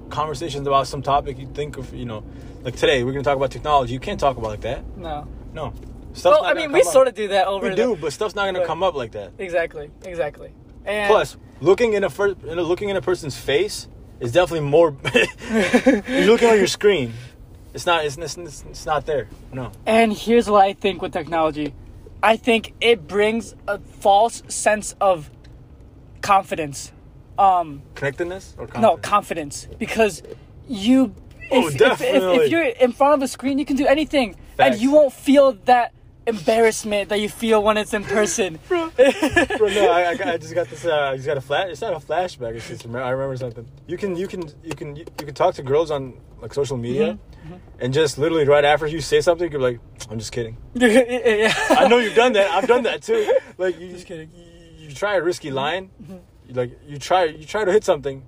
S1: conversations about some topic you think of. You know, like today we're gonna talk about technology. You can't talk about like that.
S2: No.
S1: No, stuff's
S2: Well,
S1: not
S2: I
S1: gonna
S2: mean, we
S1: come up.
S2: sort of do that over
S1: we
S2: the-
S1: do, but stuff's not gonna
S2: but-
S1: come up like that.
S2: Exactly. Exactly. And
S1: Plus, looking in a, fir- in a looking in a person's face is definitely more. you're looking on your screen. It's not. It's, it's, it's not there. No.
S2: And here's what I think with technology I think it brings a false sense of confidence. Um,
S1: Connectedness or
S2: no,
S1: confidence?
S2: confidence because you.
S1: Oh,
S2: If, if, if,
S1: definitely.
S2: if you're in front of a screen, you can do anything, and
S4: Facts.
S2: you won't feel that embarrassment that you feel when it's in person.
S1: Bro, no, I, I, I just got this. Uh, I just got a flash. It's not a flashback. It's just remem- I remember something. You can you can you can you can talk to girls on like social media,
S2: Mm-hmm,
S1: and just literally right after you say something, you're like, I'm just kidding. I know you've done that. I've done that too. Like you just
S2: kidding. Mm-hmm.
S1: You, you try a risky line, you, like you try you try to hit something,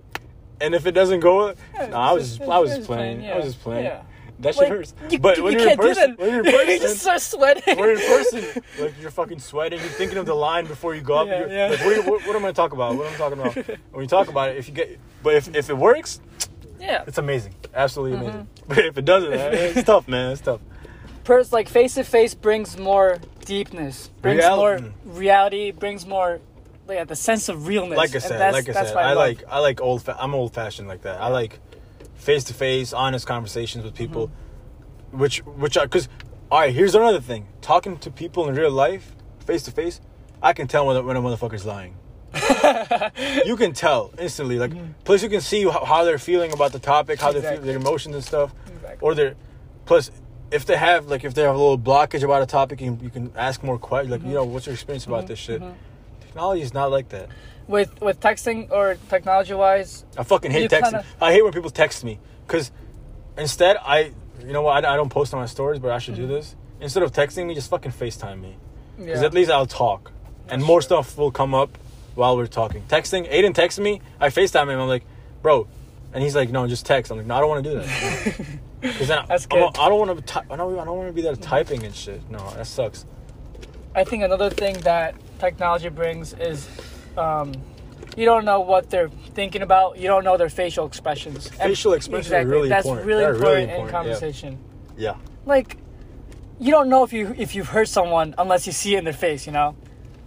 S1: and if it doesn't go, no, I was just, I was just playing. I was just playing.
S2: yeah.
S1: That shit
S2: Like,
S1: hurts.
S2: you,
S1: but
S2: you
S1: when you're in
S2: can't
S1: person,
S2: do that.
S1: when you're in person,
S2: you just start sweating.
S1: we're in person. Like you're fucking sweating. You're thinking of the line before you go up.
S2: Yeah,
S1: you're,
S2: yeah.
S1: Like, what, are you- what, what am I talking about? What am I talking about? And when you talk about it, if you get, but if, if it works,
S2: Yeah.
S1: it's amazing. Absolutely amazing. But if it doesn't, eh, it's tough, man. It's tough.
S2: Pers- like face to face brings more deepness, brings
S1: Real-
S2: more
S1: mm.
S2: reality, brings more like yeah, the sense of realness.
S1: Like I
S2: And
S1: said,
S2: that's,
S1: like I
S2: that's
S1: said,
S2: what
S1: I,
S2: love.
S1: like I like old. Fa- I'm old fashioned like that. I like face to face, honest conversations with people, which which I because all right. Here's another thing: talking to people in real life, face to face, I can tell when a, when a motherfucker's lying. you can tell instantly. Like, plus you can see how, how they're feeling about the topic, how they feel
S2: Exactly.
S1: their emotions and stuff,
S2: Exactly.
S1: or their plus. If they have like if they have a little blockage about a topic, you can, you can ask more questions. Like you know, what's your experience about this shit? Technology is not like that.
S2: with with texting or technology wise.
S1: I fucking hate
S2: You
S1: texting.
S2: kinda-
S1: I hate when people text me because instead I, you know what, I, I don't post on my stories, but I should do this. Instead of texting me, just fucking Facetime me
S2: Mm-hmm. Yeah.
S1: because at least I'll talk and more stuff will come up while we're talking. Texting, Aiden texts me, I Facetime him. I'm like, bro, and he's like, no, just text. I'm like, no, I don't want to do that. Because then
S2: That's
S1: I'm,
S2: good. Mm-hmm.
S1: I don't want to. I don't. I don't want to be there typing and shit. No, that sucks.
S2: I think another thing that technology brings is um, you don't know what they're thinking about. You don't know their facial expressions. And-
S1: Facial expressions are
S2: exactly,
S1: really
S2: that's
S1: important.
S2: Really
S1: They're
S2: important
S1: really
S2: in
S1: important, yeah.
S2: conversation.
S1: Yeah.
S2: Like, you don't know if you if you've hurt someone unless you see it in their face. You know,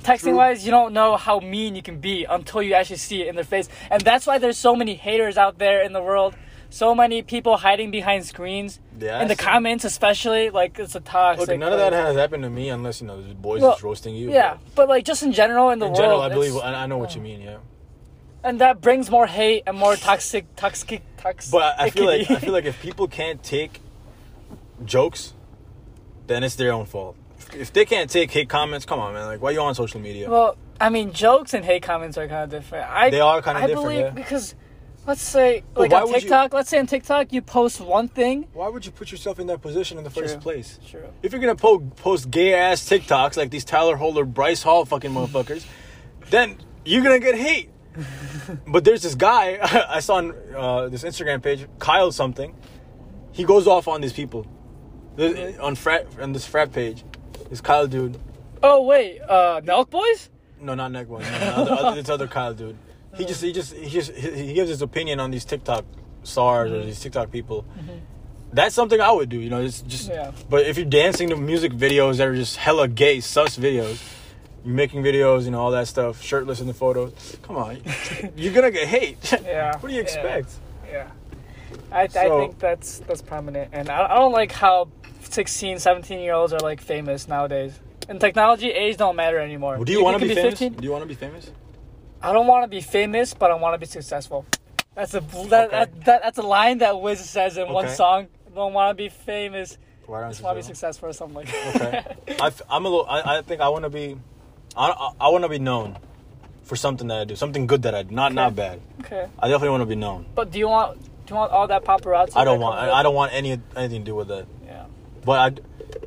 S2: texting wise, you don't know how mean you can be until you actually see it in their face. And that's why there's so many haters out there in the world. So many people hiding behind screens
S1: Yeah,
S2: in
S1: I
S2: the
S1: see.
S2: comments, especially like it's a toxic.
S1: Look, none of that
S2: place.
S1: has happened to me unless you know there's boys
S2: Well,
S1: just roasting you.
S2: Yeah, but like just in general in
S1: but
S2: the
S1: In
S2: world,
S1: general, I
S2: it's-
S1: believe. I, I know what you mean. Yeah.
S2: and that brings more hate and more toxic, toxic, toxic.
S1: But I I feel like I feel like if people can't take jokes, then it's their own fault. If- If they can't take hate comments, come on, man. Like, why you on social media?
S2: well, I mean, jokes and hate comments are kind of different. I
S1: They are kinda
S2: I
S1: different,
S2: believe
S1: yeah.
S2: because let's say like
S1: why
S2: on
S1: would you-
S2: TikTok, let's say on TikTok you post one thing.
S1: why would you put yourself in that position in the first
S2: True.
S1: place?
S2: True.
S1: If you're gonna po- post gay ass TikToks like these Tyler Holder, Bryce Hall fucking motherfuckers, then you're gonna get hate. but there's this guy I saw on uh, this Instagram page, Kyle something. He goes off on these people, The- on frat on this frat page. This Kyle dude,
S2: Oh wait, uh, Nelk Boys.
S1: No, not Neck One. No, no, other, other, this other Kyle dude. He just, he just, he just, he he gives his opinion on these TikTok stars or these TikTok people. That's something I would do, you know. It's just,
S2: Yeah.
S1: but if you're dancing to music videos that are just hella gay, sus videos, you're making videos, you know, all that stuff, shirtless in the photos. Come on, you're gonna get hate.
S2: Yeah,
S1: what do you
S2: yeah.
S1: expect?
S2: Yeah. I, I
S1: So-
S2: think that's that's prominent, and I, I don't like how 16, 17 year olds are like famous nowadays. In technology, age don't matter anymore.
S1: Do you, want to
S2: can
S1: be, famous?
S2: 15.
S1: Do you want to be famous?
S2: I don't want to be famous, but I want to be successful. That's a that,
S1: Okay.
S2: that, that that's a line that Wiz says in one
S1: Okay.
S2: song. Don't want to be famous,
S1: Why don't
S2: just
S1: you
S2: want to be
S1: say that?
S2: successful or something like that.
S1: okay. I, am a little. I, I think I want to be. I, I, I want to be known for something that I do, something good that I do, not not bad.
S2: Okay,
S1: I definitely want to be known.
S2: but do you want do you want all that paparazzi?
S1: I don't
S2: that
S1: want.
S2: comes
S1: I, I
S2: up?
S1: don't want any anything to do with that.
S2: Yeah.
S1: But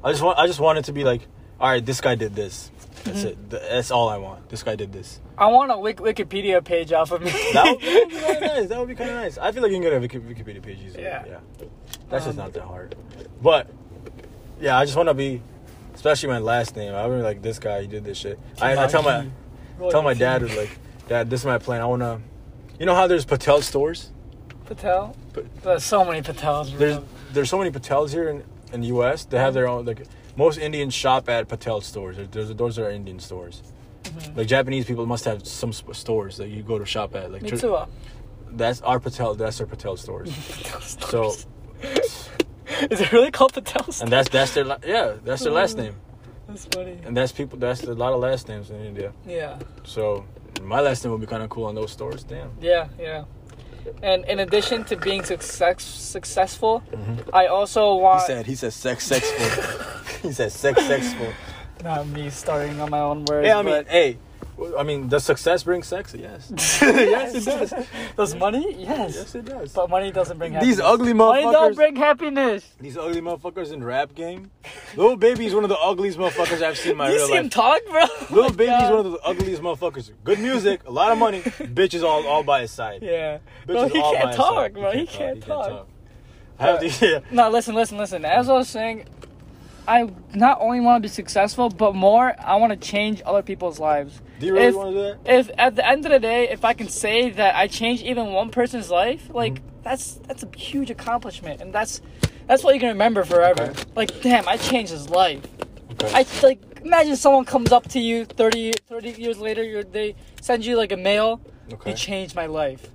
S1: I, I just want. I just want it to be like, all right, this guy did this. That's it. Th- That's all I want. This guy did this.
S2: I want a Wik- Wikipedia page off of me.
S1: That would, that would be kind of nice. That would be kind of nice. I feel like you can get a Wiki- Wikipedia page easily.
S2: Yeah.
S1: Yeah. That's just not that hard. But yeah, I just want to be, especially my last name. I would be like, this guy, he did this shit. I, I tell my, tell my dad, like, dad, this is my plan. I wanna, you know how there's Patel stores.
S2: Patel.
S1: But-
S2: There's so many Patels. bro.
S1: There's there's so many Patels here in in the U.S. They have their own like most Indians shop at Patel stores. There- There's those are Indian stores. Like Japanese people must have some sp- stores that you go to shop at. Like tr-
S2: Mitsuha.
S1: that's our Patel. That's their Patel stores. so
S2: Is it really called Patel?
S1: and that's that's their la- yeah that's their last name.
S2: That's funny.
S1: and that's people. That's a lot of last names in India.
S2: Yeah.
S1: So my last name would be kind of cool on those stores. Damn.
S2: Yeah, yeah. And in addition to being success successful,
S1: Mhm.
S2: I also
S1: He
S2: want
S1: said he said sex sexful. he said sex sexful.
S2: not me starting on my own words.
S1: Yeah, I mean,
S2: but-
S1: hey, I mean, does success bring sex? Yes.
S2: yes, it does. Does money? Yes.
S1: Yes, it does.
S2: But money doesn't bring happiness.
S1: These ugly
S2: money don't
S1: motherfuckers.
S2: bring happiness.
S1: these ugly motherfuckers in rap game. Lil Baby is one of the ugliest motherfuckers I've seen in my
S2: you
S1: real
S2: see him
S1: life.
S2: talk, bro.
S1: Lil Baby is one of the ugliest motherfuckers. Good music, a lot of money. Bitch is all, all by his side.
S2: Yeah.
S1: Bitch
S2: Bro,
S1: is
S2: he
S1: all by
S2: can't
S1: his
S2: talk,
S1: side.
S2: bro. He can't talk.
S1: I have to, yeah.
S2: No, listen, listen, listen. As I was saying, I not only want to be successful, but more, I want to change other people's lives.
S1: Do you really
S2: If-
S1: want to do that?
S2: If at the end of the day, if I can say that I changed even one person's life, like
S1: Mm-hmm.
S2: that's that's a huge accomplishment, and that's that's what you can remember forever.
S1: Okay.
S2: Like, damn, I changed his life.
S1: Okay.
S2: I like imagine someone comes up to you 30, 30 years later, you're, they send you like a mail.
S1: Okay.
S2: You changed my life.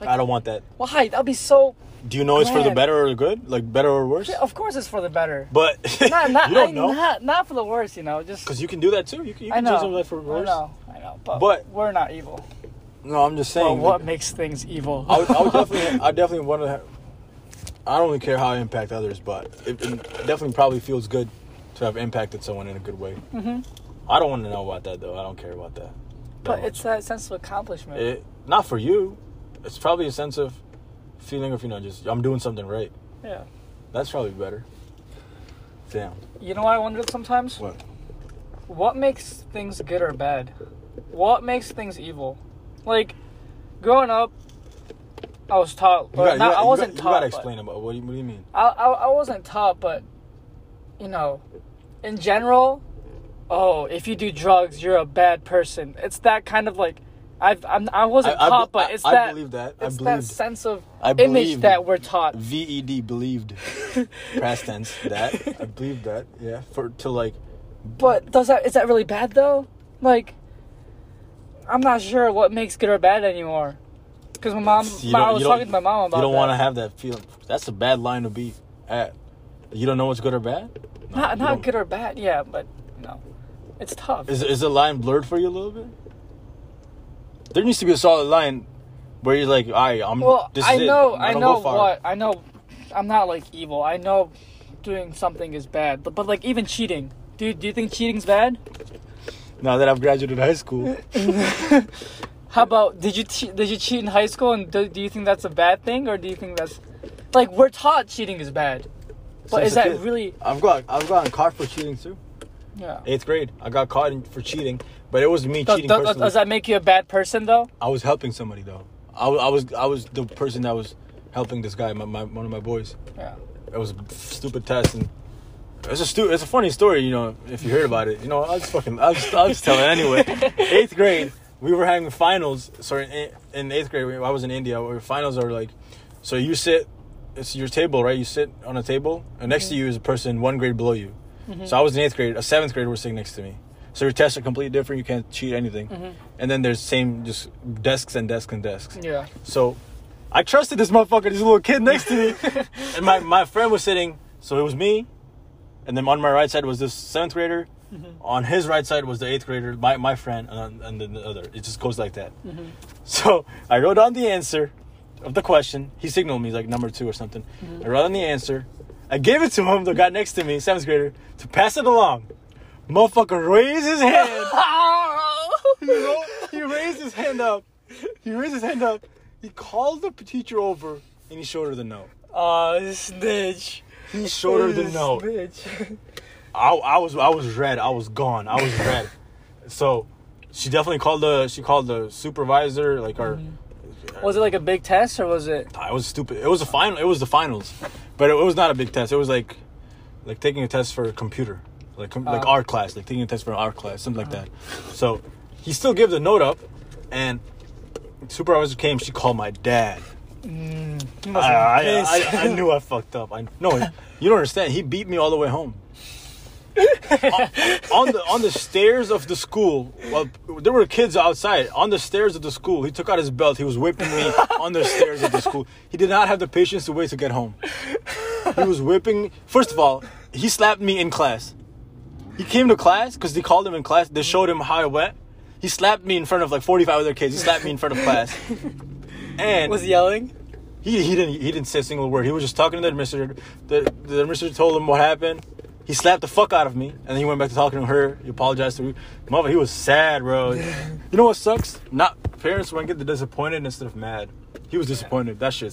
S2: Like,
S1: I don't want that.
S2: Why? That'll be so.
S1: Do you know it's for the
S2: Glad.
S1: better or the good? Like better or worse?
S2: Of course, it's for the better.
S1: But
S2: Not, not,
S1: you don't
S2: oh.
S1: know
S2: I, not, not for the worse, you know. Just
S1: because you can do that too. You can, you
S2: I
S1: can
S2: know.
S1: change that for
S2: I
S1: worse.
S2: know. I know. But,
S1: But-
S2: we're not evil.
S1: No, I'm just
S2: But
S1: saying.
S2: what makes things evil?
S1: I would, I would definitely, I definitely want to. Have, I don't really care how I impact others, but it, it definitely probably feels good to have impacted someone in a good way.
S2: Mm-hmm.
S1: I don't want to know about that though. I don't care about that. that
S2: but
S1: much.
S2: it's that sense of accomplishment.
S1: it, not for you. It's probably a sense of feeling of you know just I'm doing something right.
S2: yeah.
S1: That's probably better. Damn.
S2: You know what I wonder sometimes?
S1: What?
S2: What makes things good or bad? What makes things evil? Like, growing up, I was taught.
S1: You gotta-
S2: or not,
S1: you gotta-
S2: I
S1: you
S2: wasn't
S1: gotta-
S2: taught.
S1: You gotta
S2: but-
S1: explain about what do you, what do you mean?
S2: I, I, I wasn't taught, but you know, in general, oh, if you do drugs, you're a bad person. It's that kind of like, I've I'm, I wasn't
S1: I- I be-
S2: taught, but
S1: I-
S2: it's
S1: I
S2: that
S1: believe that. I
S2: it's that
S1: believed-
S2: sense of
S1: I
S2: image
S1: believed-
S2: that we're taught.
S1: VED E believed past tense that I believed that yeah for to like
S2: But does that is that really bad though? Like, I'm not sure what makes good or bad anymore. Because my mom,
S1: you
S2: my, Um, I
S1: don't-
S2: was
S1: you don't-
S2: talking to my mom about
S1: you don't
S2: that.
S1: want to have that feeling. That's a bad line to be at. You don't know what's good or bad. No,
S2: not
S1: you
S2: not
S1: don't-
S2: good or bad, yeah, but no, it's tough.
S1: Is is the line blurred for you a little bit? There needs to be a solid line where you're like, all right, I'm.
S2: Well,
S1: this is
S2: I
S1: it.
S2: know,
S1: I'm
S2: I
S1: gonna go
S2: know
S1: far."
S2: what I know. I'm not like evil. I know doing something is bad, but but like even cheating. Do do you think cheating's bad?
S1: Now that I've graduated high school,
S2: How about did you che- did you cheat in high school and do, do you think that's a bad thing or do you think that's like we're taught cheating is bad, but
S1: Since
S2: is
S1: a
S2: that
S1: kid.
S2: really?
S1: I've got I've gotten caught for cheating too.
S2: Yeah.
S1: Eighth grade, I got caught in, for cheating, but it wasn't me
S2: Does,
S1: cheating.
S2: does-
S1: personally.
S2: does that make you a bad person though?
S1: I was helping somebody though. I, wa- I was I was the person that was helping this guy, my, my one of my boys.
S2: Yeah.
S1: It was a stupid test, and it's a stu- it's a funny story, you know, if you heard about it. You know, I'll just fucking I'll just, I'll just tell it anyway. eighth grade, we were having finals. Sorry, in, in eighth grade, we, I was in India. Where finals are like, so you sit, it's your table, right? You sit on a table, and next to you is a person one grade below you. So I was in eighth grade. A seventh grader was sitting next to me. So your tests are completely different. You can't cheat anything. And then there's same just desks and desks and desks.
S2: Yeah.
S1: So I trusted this motherfucker, this little kid next to me. and my, my friend was sitting, so it was me. And then on my right side was this seventh grader. On his right side was the eighth grader, my, my friend, and, and then the other. It just goes like that. So I wrote down the answer of the question. He signaled me, like number two or something. I wrote down the answer. I gave it to him, the guy next to me, seventh grader, to pass it along. Motherfucker raised his hand he
S2: Oh!
S1: ro- he raised his hand up. He raised his hand up. He called the teacher over and he showed her the note.
S2: Oh, snitch.
S1: He showed her the note.
S2: Snitch.
S1: I, I was I was red. I was gone. I was red. so she definitely called the she called the supervisor like our.
S2: Was it like a big test or was it?
S1: I was stupid. It was a final. It was the finals, but it, it was not a big test. It was like like taking a test for a computer, like com- like
S2: Uh.
S1: art class, like taking a test for an art class, something like that. So he still gave the note up, and supervisor came. She called my dad.
S2: You
S1: I,
S2: must have been
S1: I,
S2: pissed.
S1: I, I knew I fucked up. I no, you don't understand. He beat me all the way home. on, on the on the stairs of the school, well, there were kids outside. On the stairs of the school, he took out his belt. He was whipping me on the stairs of the school. He did not have the patience to wait to get home. He was whipping. First of all, he slapped me in class. He came to class because they called him in class. They showed him how it went. He slapped me in front of like 45 other kids. He slapped me in front of class. And
S2: Was he yelling?
S1: he, he didn't he didn't say a single word. He was just talking to the administrator. The, the administrator told him what happened. He slapped the fuck out of me, and then he went back to talking to her. He apologized to me. Mother, he was sad, bro. You know what sucks? Not parents when get disappointed instead of mad. He was disappointed. That shit,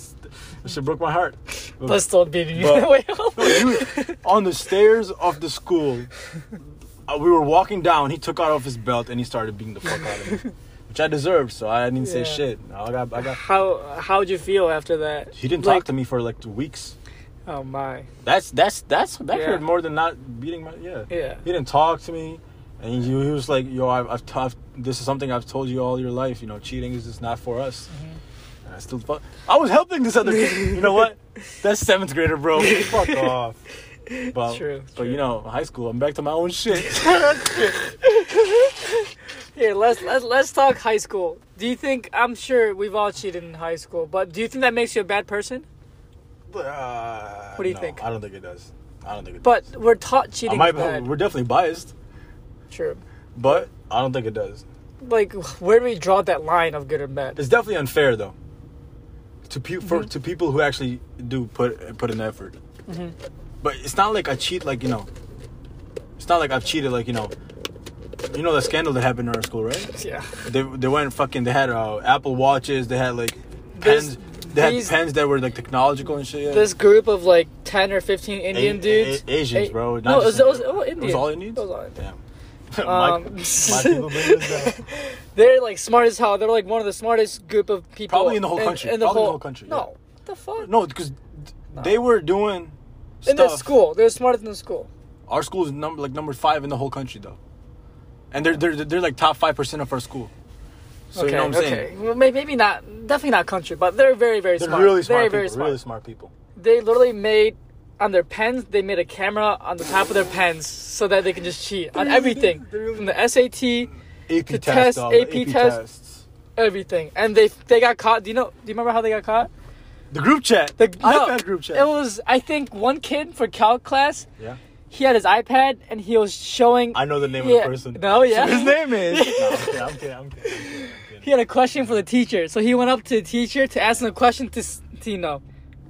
S1: that shit broke my heart. But-
S2: Plus, still beating you
S1: But-
S2: the way home.
S1: no, he was on the stairs of the school. uh, we were walking down. He took out of his belt and he started beating the fuck out of me, which I deserved. So I didn't
S2: Yeah.
S1: say shit. I got, I got.
S2: How how'd you feel after that?
S1: He didn't
S2: Like-
S1: talk to me for like two weeks.
S2: Oh my.
S1: That's that's that's that
S2: Yeah.
S1: hurt more than not beating my yeah.
S2: Yeah.
S1: He didn't talk to me, and he, he was like, "Yo, I've, I've, t- I've this is something I've told you all your life. You know, cheating is just not for us."
S2: Mm-hmm.
S1: And I still fuck. I was helping this other kid. You know what? That's seventh grader, bro. fuck off. But,
S2: True, it's
S1: but
S2: true.
S1: you know, high school. I'm back to my own shit.
S2: Here, let's let's let's talk high school. Do you think I'm sure we've all cheated in high school, but do you think that makes you a bad person?
S1: Uh,
S2: What do you
S1: no,
S2: think?
S1: I don't think it does. I don't think it. does.
S2: But we're taught
S1: I
S2: cheating is
S1: might,
S2: bad.
S1: we're definitely biased,
S2: True.
S1: but I don't think it does.
S2: Like, where do we draw that line of good and bad?
S1: It's definitely unfair though. To pe- for
S2: Mm-hmm.
S1: to people who actually do put put in effort. But it's not like I cheat like, you know. It's not like I've cheated like, you know. You know the scandal that happened in our school, right?
S2: Yeah.
S1: They they went fucking they had uh, Apple watches, they had like
S2: This-
S1: pens they
S2: these-
S1: had pens that were like technological and shit. Yeah.
S2: This group of like ten or fifteen Indian
S1: A-
S2: dudes.
S1: A- Asians,
S2: A-
S1: bro. Not
S2: No, it was,
S1: just
S2: it was
S1: Indian.
S2: all
S1: It was
S2: Indian.
S1: all Indians?
S2: It was all Indian.
S1: Damn.
S2: Um,
S1: my, my people bring this down.
S2: They're like smart as hell. They're like one of the smartest group of people.
S1: Probably in the whole country.
S2: In the
S1: Probably in
S2: whole,
S1: the whole country,
S2: No,
S1: yeah.
S2: What the fuck.
S1: No, because they were doing stuff.
S2: in the school, they're smarter than the school.
S1: Our school is number like number five in the whole country though, and they're they're they're like top five percent of our school. So
S2: okay,
S1: you know what I'm
S2: okay.
S1: saying?
S2: Well, may- maybe not. Definitely not country, but they're very, very
S1: They're
S2: smart.
S1: really smart
S2: Very,
S1: people.
S2: very smart.
S1: Really smart people.
S2: They literally made on their pens. They made a camera on the top of their pens so that they can just cheat on everything, from the SAT,
S1: AP
S2: The
S1: test,
S2: test,
S1: dog,
S2: AP
S1: AP
S2: test.
S1: tests.
S2: everything. And they they got caught. Do you know? Do you remember how they got caught?
S1: The group chat. The
S2: The
S1: iPad group chat.
S2: It was I think one kid for calc class.
S1: yeah,
S2: He had his iPad and he was showing.
S1: I know the name
S2: Yeah.
S1: of the person.
S2: No, yeah.
S1: his name is. no, I'm kidding. I'm kidding. I'm kidding. I'm
S2: he
S1: kidding.
S2: had a question for the teacher. So he went up to the teacher to ask him a question to, s- to you know,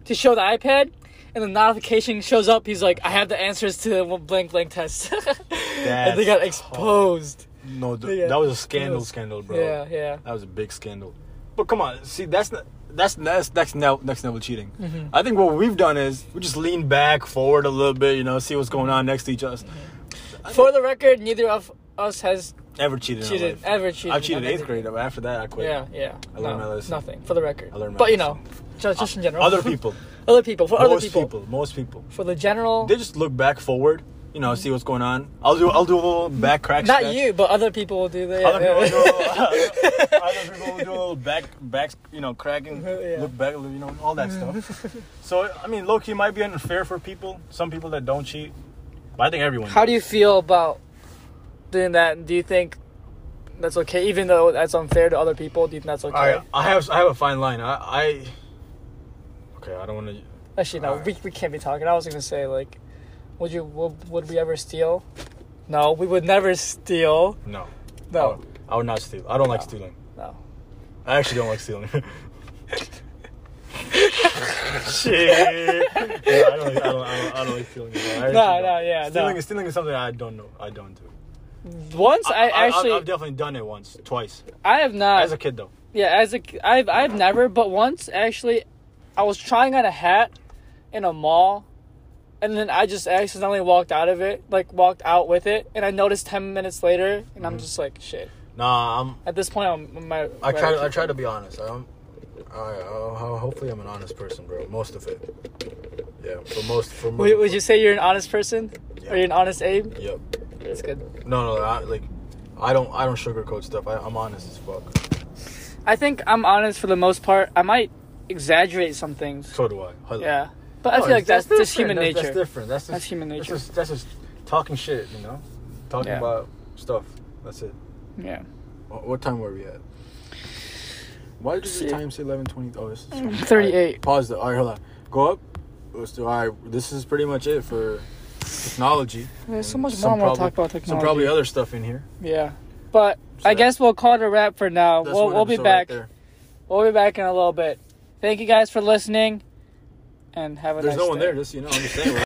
S2: to show the iPad, and the notification shows up. He's like, "I have the answers to the blank blank test," and they got
S1: That's-
S2: exposed.
S1: No, th-
S2: Yeah.
S1: that was a scandal,
S2: It was-
S1: scandal, bro.
S2: Yeah, yeah.
S1: That was a big scandal. But come on, see that's not. That's that's next level, next level cheating.
S2: Mm-hmm.
S1: I think what we've done is we just lean back forward a little bit, you know, see what's going on next to each us.
S2: For the record, neither of us has
S1: Ever cheated? in our
S2: cheated
S1: life.
S2: ever cheated.
S1: I cheated
S2: on
S1: eighth
S2: anything.
S1: grade. But after that, I quit.
S2: Yeah, yeah.
S1: I learned my
S2: no,
S1: lesson.
S2: nothing for the record.
S1: I learned my
S2: but you know,
S1: lesson.
S2: just, just in general.
S1: Other people,
S2: other people, for other
S1: most
S2: people,
S1: people. most people,
S2: for the general.
S1: they just look back forward, you know, see what's going on. I'll do, I'll do a little back crack.
S2: Not
S1: scratch.
S2: you, but other people will do that.
S1: Other
S2: yeah,
S1: people,
S2: yeah.
S1: do a little, other people do a little back, back, you know, cracking,
S2: Uh-huh, Yeah.
S1: look back, you know, all that stuff. So I mean, low key might be unfair for people. Some people that don't cheat, but I think everyone.
S2: How do you feel about doing that? And do you think that's okay, even though that's unfair to other people? Do you think that's okay?
S1: I, I have, I have a fine line. I, I okay, I don't want to.
S2: Actually, no. We, we can't be talking. I was gonna say like, would you would, would we ever steal? No, we would never steal.
S1: No,
S2: No,
S1: I would not steal. I don't like stealing.
S2: no.
S1: I actually don't like stealing. Shit. Yeah, I, don't, I, don't, I, don't, I don't like stealing. No,
S2: No, no, yeah,
S1: Stealing,
S2: no.
S1: is, stealing is something I don't know. I don't do.
S2: Once I, actually, Uh, I,
S1: I've definitely done it once, twice.
S2: have not.
S1: As a kid, though.
S2: yeah, as a k- I've I've never, but once actually, I was trying on a hat in a mall, and then I just accidentally walked out of it, like walked out with it, and I noticed ten minutes later, and I'm just like, shit.
S1: Nah, I'm.
S2: At this point, I'm my.
S1: Mm-hmm. I try. I try to be honest. I'm. I, I, hopefully, I'm an honest person, bro. Most of it. Yeah, for most. For
S2: Would, would you say you're an honest person?
S1: Yeah.
S2: Are you an honest Abe?
S1: Yep.
S2: That's good.
S1: No, no. I, like, I don't. I don't sugarcoat stuff. I, I'm honest as fuck.
S2: I think I'm honest for the most part. I might exaggerate some things.
S1: So do I. Hello.
S2: Yeah, but I feel like that's, just human
S1: different.
S2: nature.
S1: That's, that's different. That's, just,
S2: That's human nature.
S1: That's just, that's just talking shit, you know, talking
S2: Yeah.
S1: about stuff. That's it.
S2: Yeah.
S1: Wha- What time were we at? Why did the
S2: Shit. Mm,
S1: time say eleven twenty? Oh, this is
S2: 38.
S1: Alright, pause. The, all right, hold on. Go up. Let's do. All right, this is pretty much it for technology.
S2: There's so much
S1: Some
S2: more I want to
S1: probably-
S2: talk about
S1: Some
S2: technology.
S1: probably other stuff in here.
S2: yeah, but
S1: So
S2: I
S1: that-
S2: guess we'll call it a wrap for now.
S1: That's
S2: We'll
S1: one
S2: we'll be
S1: episode right
S2: back.
S1: there.
S2: we'll be back in a little bit. Thank you guys for listening, and have a
S1: There's
S2: nice
S1: no one
S2: day.
S1: there. Just you know, I'm just saying.